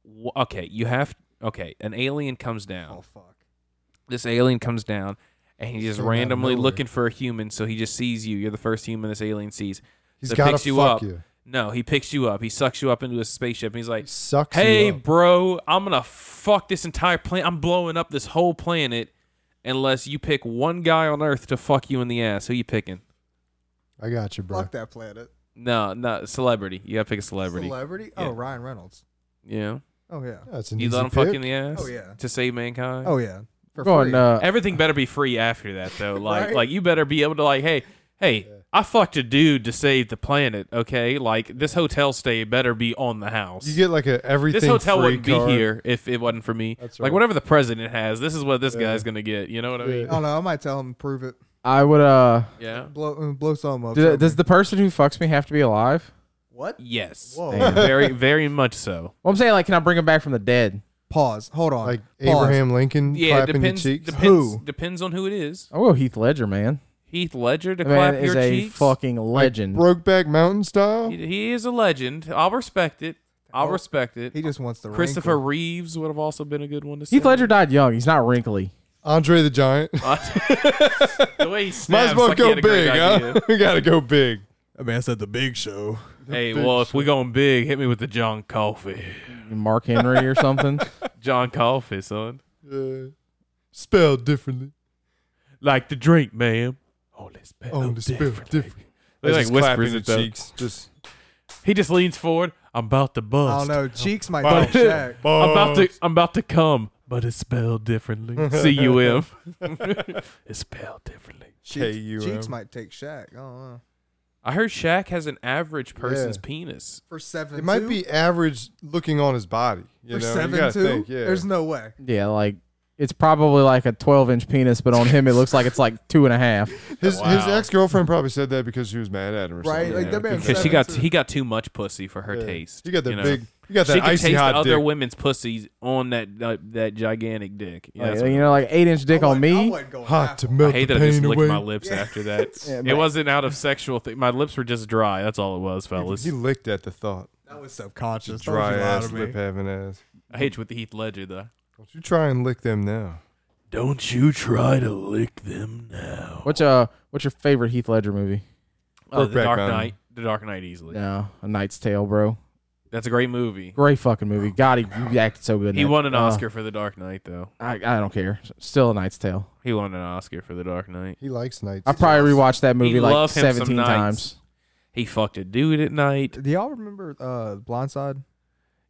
Wh- Okay, you have okay. An alien comes down. Oh fuck. This alien comes down, and he's just Came out of randomly nowhere. looking for a human. So he just sees you. You're the first human this alien sees. He's So gotta picks you fuck up. you. No, he picks you up. He sucks you up into his spaceship, and he's like, Sucks. you "Hey, up. bro, I'm gonna fuck this entire planet. I'm blowing up this whole planet unless you pick one guy on Earth to fuck you in the ass. Who you picking? I got you, bro. Fuck that planet. No, no, celebrity. You gotta pick a celebrity. Celebrity. Yeah. Oh, Ryan Reynolds. yeah, Oh yeah. That's an you easy let him pick. fuck you in the ass. Oh, yeah. to save mankind. Oh yeah. For Going, free. uh, Everything better be free after that, though. Like, Right? like you better be able to, like, hey, hey, I fucked a dude to save the planet. Okay, like this hotel stay better be on the house. You get like a everything. this hotel free wouldn't card. be here if it wasn't for me. That's Like right. whatever the president has, this is what this Yeah. guy's gonna get. You know what I mean? I don't know. I might tell him to prove it. I would. Uh, Yeah. Blow uh, blow some up. do, Show does me. the person who fucks me have to be alive? what? Yes. Whoa. Damn. Very, very much so. Well, I'm saying like, can I bring him back from the dead? Pause. Hold on. Like Pause. Abraham Lincoln Yeah, clapping depends. your cheeks. Depends, depends on who it is. Oh, Heath Ledger, man. Heath Ledger to That man clap is your a cheeks. fucking legend. Brokeback Mountain style. He, he is a legend. I'll respect it. I'll Oh, respect it. He just wants the Christopher wrinkle. Reeves would have also been a good one to say. Heath Ledger died young. He's not wrinkly. Andre the Giant. The way he snaps, Might as well like he go had a great big, idea. huh? *laughs* we gotta go big. I mean, I said the big show. *laughs* Hey, well, if we going big, hit me with the John Coffey. Mark Henry *laughs* or something. John Coffey, son. Yeah. Spelled differently. Like the drink, ma'am. Oh, let's bet. Oh, the spelled differently. They like Just clapping whispers your it though. cheeks. Just He just leans forward. I'm about I to bust. don't know. Cheeks might But- talk Shaq. I'm about to. Oh. I'm about to come, but it's spelled *laughs* differently. C U M. It's spelled differently. Cheeks, K-U-M. cheeks might take Shaq. I don't know. I heard Shaq has an average person's Yeah. penis. For seven, It might be average looking on his body. You for know, you seven gotta two. think, yeah. There's no way. Yeah, like it's probably like a 12 inch penis, but on him it looks like it's like two and a half. his his Wow. ex girlfriend probably said that because she was mad at him, or Right, Something, like, you that know, man's Because Seven she got two. he got too much pussy for her yeah. taste. You got that know? big. You got that she could icy taste hot other dick. women's pussies on that uh, that gigantic dick. Yeah, Like, that's what- you know, like eight inch dick I on wasn't- I me. wasn't going Hot that to far. I melt hate the that I pain just licked away. my lips *laughs* after that. Yeah, it man. wasn't out of sexual thing. My lips were just dry. That's all it was, fellas. He licked at the thought. That was subconscious. Don't you Dry lie ass to me. lip having ass. I hate you with the Heath Ledger though. Don't you try and lick them now. Don't you try to lick them now. What's uh what's your favorite Heath Ledger movie? Oh, the Brokeback Dark Mountain. Knight. The Dark Knight easily. No, A Knight's Tale, bro. That's a great movie. Great fucking movie. God, he, he acted so good. in He that. won an Uh, Oscar for The Dark Knight though. I, I don't care. Still A Knight's Tale. He won an Oscar for The Dark Knight. He likes nights. I probably rewatched that movie like love him some 17 Knights. times. He fucked a dude at night. Do y'all remember uh, Blindside?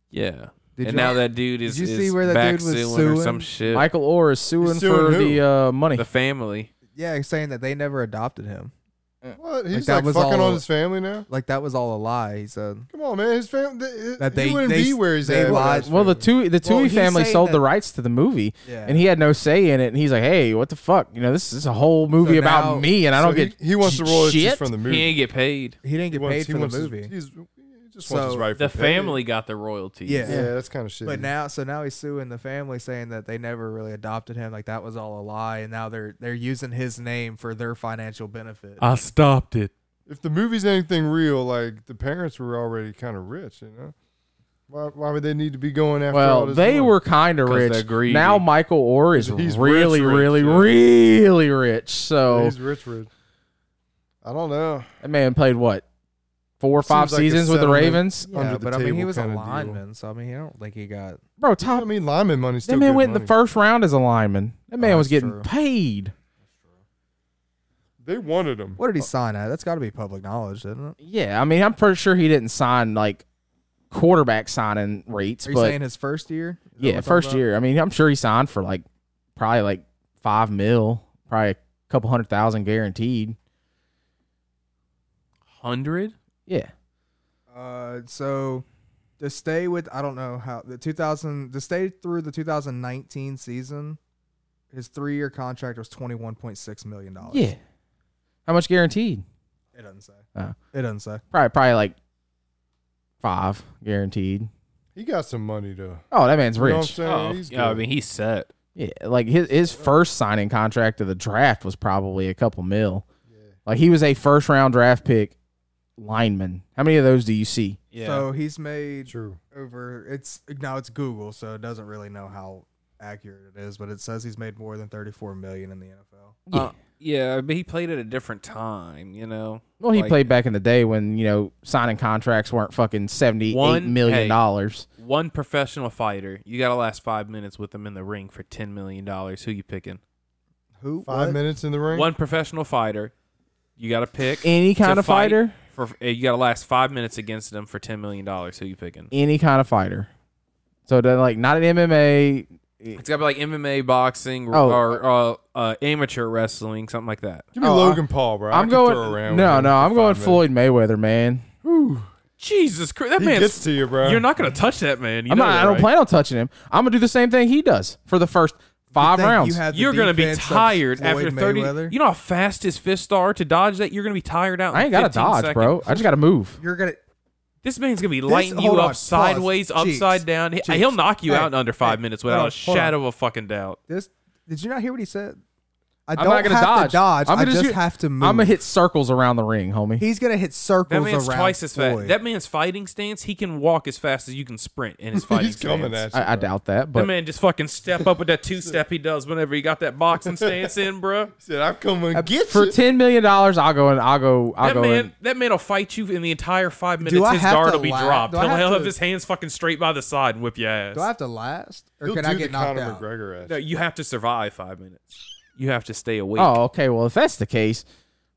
Yeah. Did and you- now that dude is, you is see where that back dude was suing, or suing? some shit. Michael Orr is suing, He's suing for who? the uh, money. the family. Yeah, saying that they never adopted him. What? He's that like, was fucking all- on his family now. Like that was all a lie. He said. Come on, man. His family. Th- That that they, they- he wouldn't they- be where he's they lied. at. without his well, the family. two the Tui Well, he's family saying sold that- the rights to the movie, Yeah. and he had no say in it. And he's like, "Hey, what the fuck? You know, this is a whole movie So about now- me, and I So don't he, get He wants the royalties shit. from the He movie. ain't get paid. He didn't get wants- paid he for the wants his- movie. he's- he just wants his So- rightful The pay. family got the royalties. Yeah. Yeah, that's kind of shit. But now, so now he's suing the family, saying that they never really adopted him. Like that was all a lie, and now they're they're using his name for their financial benefit. I stopped it. if the movie's anything real, like the parents were already kind of rich, you know. Why, why would they need to be going after? all Well, this they money? were kind of 'Cause rich. they're greedy. Now Michael Orr is *laughs* He's rich, really, rich, really, yeah. really rich. So He's rich, rich. I don't know. that man played what four or five Seems like a seasons with the settlement. Ravens, yeah, under the but I mean, he table was a kinda deal. lineman, so I mean, I don't think he got. bro. I Top mean, lineman money's that still man good went in money. the first round as a lineman. That man Oh, was that's getting true. paid. They wanted him. What did he sign at? That's got to be public knowledge, isn't it? Yeah, I mean, I'm pretty sure he didn't sign like quarterback signing rates, Are you but saying his first year? Is that what yeah, we're talking first about? year. I mean, I'm sure he signed for like probably like five mil, probably a couple hundred thousand guaranteed. Hundred? Yeah, Uh, so to stay with, I don't know how the 2000 to stay through the 2019 season, his three year contract was 21.6 million dollars. yeah. How much guaranteed? it doesn't say. Oh. It doesn't say. Probably, probably like five guaranteed. He got some money though. Oh, that man's You know what I'm rich. saying? Oh, He's yeah, I good. mean, he's set. Yeah, like his his first signing contract of the draft was probably a couple mil. Like he was a first round draft pick lineman. How many of those do you see? Yeah. So he's made True. over. It's now it's Google, so it doesn't really know how accurate it is, but it says he's made more than 34 million in the NFL. Yeah. Uh, yeah, but he played at a different time, you know? Well, he Like, played back in the day when you know signing contracts weren't fucking seventy eight One- million hey. dollars. One professional fighter, you got to last five minutes with him in the ring for $10 million. Who you picking? Who? Five what? minutes in the ring. One professional fighter, you got to pick. Any to kind of fight fighter, For, uh, you got to last five minutes against them for $10 million. Who you picking? any kind of fighter. So they're like not an MMA. It's got to be like MMA, boxing, Oh. or uh, uh, amateur wrestling, something like that. Give me Oh, Logan Paul, bro. I I'm could going. throw around with No, him no, for I'm five going minutes. Floyd Mayweather, man. Jesus Christ, that He man's gets to you, bro. You're not gonna touch that man. You I'm know not. that, I don't right? plan on touching him. I'm gonna do the same thing he does for the first five Think rounds. You had the You're gonna be defense of tired after Floyd 30. Mayweather? You know how fast his fists are to dodge that. You're gonna be tired out. I in ain't gotta 15 dodge, seconds. bro. I just gotta move. You're gonna. This man's gonna be lighting you hold up on, pause. sideways, Cheeks. upside down. He, Cheeks. will knock you Hey, out in under five hey, minutes hold without on, a hold on. shadow of a fucking doubt. This did you not hear what he said? I I'm don't not gonna have dodge. to dodge. I'm I gonna just shoot- have to move. I'm gonna hit circles around the ring, homie. He's gonna hit That circles man's around twice as fast. Floyd. That man's fighting stance. He can walk as fast as you can sprint in his fighting *laughs* He's stance. coming at you. I, I doubt that, That but man just fucking step up with that two step he does whenever he got that boxing stance in, bruh. He said, I'm coming to get for you. ten million dollars, I'll go and I'll go. I'll That go. man, in. that man'll fight you in the entire five minutes. I his have guard to will be laugh? dropped. Do I He'll have he'll have to- his hands fucking straight by the side and whip your ass. do I have to last, or He'll can do I the get knocked Conor out? McGregor ass. No, you have to survive five minutes. You have to stay awake. Oh, okay. Well, if that's the case,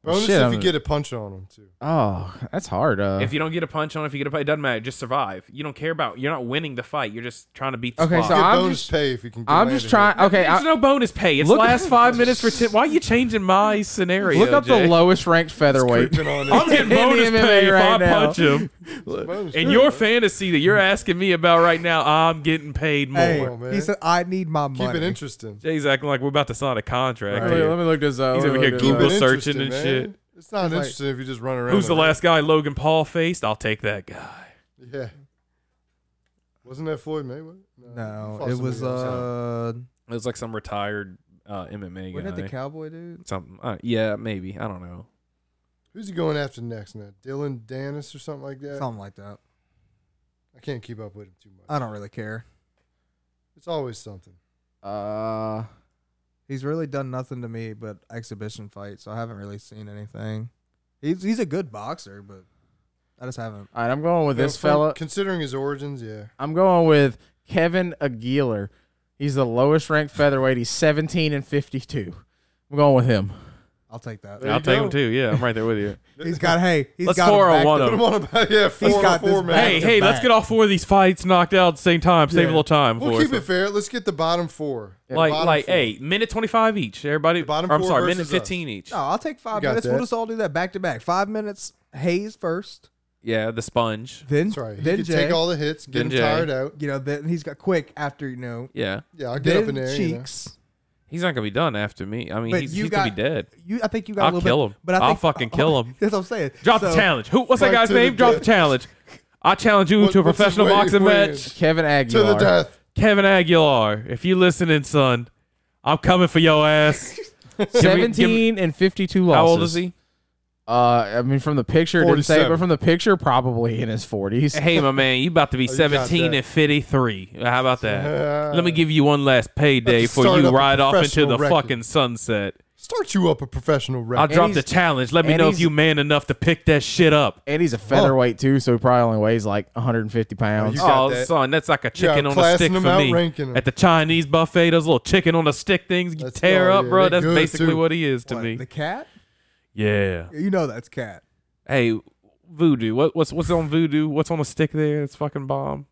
Bonus shit, if I'm- you get a punch on him too. oh, that's hard. Uh, If you don't get a punch on, if you get a punch, it doesn't matter. Just survive. You don't care about. You're not winning the fight. You're just trying to beat the Okay, clock. so Get I'm bonus just- pay if you can. Get I'm just trying. Okay, There's I, no bonus pay. It's Look- last five minutes for ten. Why are you changing my scenario? look up Jay? the lowest ranked featherweight. I'm getting *laughs* in the bonus MMA pay if I right now. punch him. And your fantasy that you're asking me about right now, I'm getting paid more. Hey, Come on, man. he said, "I need my money." Keep it interesting. Jay's acting like we're about to sign a contract. Let me- here. let me look this up. He's Let me over here look this Google up. Keep it searching interesting, and man. shit. It's not interesting if you just run around. Who's the with it. last guy Logan Paul faced? I'll take that guy. Yeah. Wasn't that Floyd Mayweather? No, Fuck it was somebody else. uh, It was like some retired uh, MMA wasn't guy. it the cowboy dude? Something. Uh, yeah, maybe. I don't know. Who's he going after next? Now Dylan Dennis or something like that. Something like that. I can't keep up with him too much. I don't really care. It's always something. Uh, He's really done nothing to me but exhibition fights, so I haven't really seen anything. He's he's a good boxer, but I just haven't. all right, I'm going with You know, this from- fella. considering his origins, yeah. I'm going with Kevin Aguilar. He's the lowest ranked featherweight. He's 17 and 52. I'm going with him. I'll take that. There I'll you take go. him too. Yeah, I'm right there with *laughs* you. He's got hey, he's Let's got him 401 backed him. up. Put him on about yeah four on got this four back. man. hey, hey, let's back. get all four of these fights knocked out at the same time. Save a Yeah. little time We'll for keep us. it fair. Let's get the bottom four. The like, bottom like, four. hey, minute twenty five each. Everybody. The bottom or I'm four sorry, minute versus us. fifteen each. No, I'll take five You got minutes. We'll that. just all do that back to back. Five minutes. Hayes first, Yeah, the sponge. then That's right. He then could Jay. take all the hits, get Then him Jay. tired out. you know, then he's got quick after you know. Yeah, Yeah, I'll get Then up in there. You know. cheeks. he's not gonna be done after me. I mean, But he's, you he's got gonna be dead. You, I think you got. I'll a little kill bit, him. But I I'll think, *laughs* fucking kill him. That's what I'm saying. Drop the So, challenge. Who? What's that Fight guy's to the name? Drop the death. challenge. I challenge you What- to a what's his professional way- boxing way match. is? Kevin To Aguilar. the death. Kevin Aguilar, if you listening, son, I'm coming for your *laughs* ass. Give me- 17 give me- and 52 losses. How old is he? Uh, I mean, from the picture, it didn't say, 47. but from the picture, probably in his 40s. Hey, my man, you about to be Oh, got 17 that. and 53. How about that? Uh, Let me give you one last payday to before start you up a ride off into the professional record. fucking sunset. start you up a professional I'll record. drop he's- the challenge. Let me and know if he's- you man enough to pick that shit up. And he's a featherweight, too, so he probably only weighs like 150 pounds. You got Oh, that. son, that's like a chicken on a classing stick for them out, me. ranking them. At the Chinese buffet, those little chicken on a stick things you That's- tear oh, up, yeah, bro. they That's good, basically too. what he is to what, me. the cat. yeah. You know that's cat. Hey, voodoo. What, what's what's on voodoo? What's on a stick there? It's fucking bomb.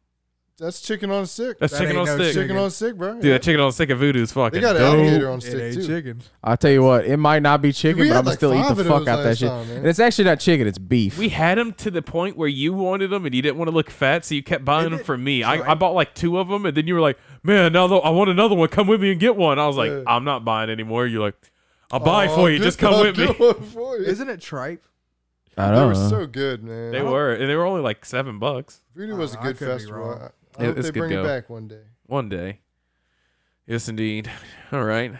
That's chicken on a stick. That's That chicken on ain't a no stick. chicken on a stick, bro. Dude, that chicken on a stick of voodoo is fucking. they got an dope. alligator on a Oh. It stick ain't too. chicken. *laughs* I'll tell you what, it might not be chicken, We but had I'm gonna like still eat five the of fuck those out that last shit. time, man. and it's actually not chicken, it's beef. We had them to the point where you wanted them and you didn't want to look fat, so you kept buying them for me. I, I bought like two of them, and then you were like, "Man, another! I want another one. Come with me and get one." I was like, Yeah. "I'm not buying anymore." You're like, "I'll buy it for you. Oh, Just good come God, with me." Uh-huh. good one for you. Isn't it tripe? I They don't were know. so good, man. They I hope were, and they were only like seven bucks Voodoo was a Oh, I don't know, I good could be festival. wrong. I, I It- hope it's they good bring go. it back one day. one day. Yes, indeed. All right.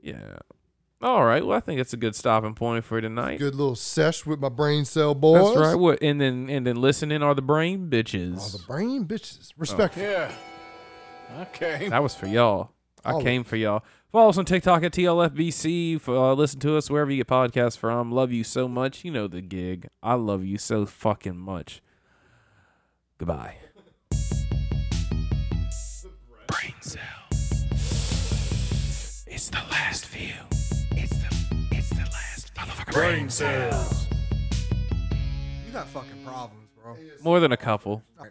Yeah. All right. Well, I think it's a good stopping point for tonight. Good little sesh with my brain cell boys. That's right. What and then and then listening are the brain All bitches. the brain bitches. Respectful. Yeah. Okay. that was for y'all. I All of came for y'all. Follow us on TikTok at TLFBC. F- Uh, listen to us wherever you get podcasts from. Love you so much. You know the gig. I love you so fucking much. Goodbye. Brain cell. It's the last view. It's the it's the last motherfucker brain cell. You got fucking problems, bro. More than a couple. All right.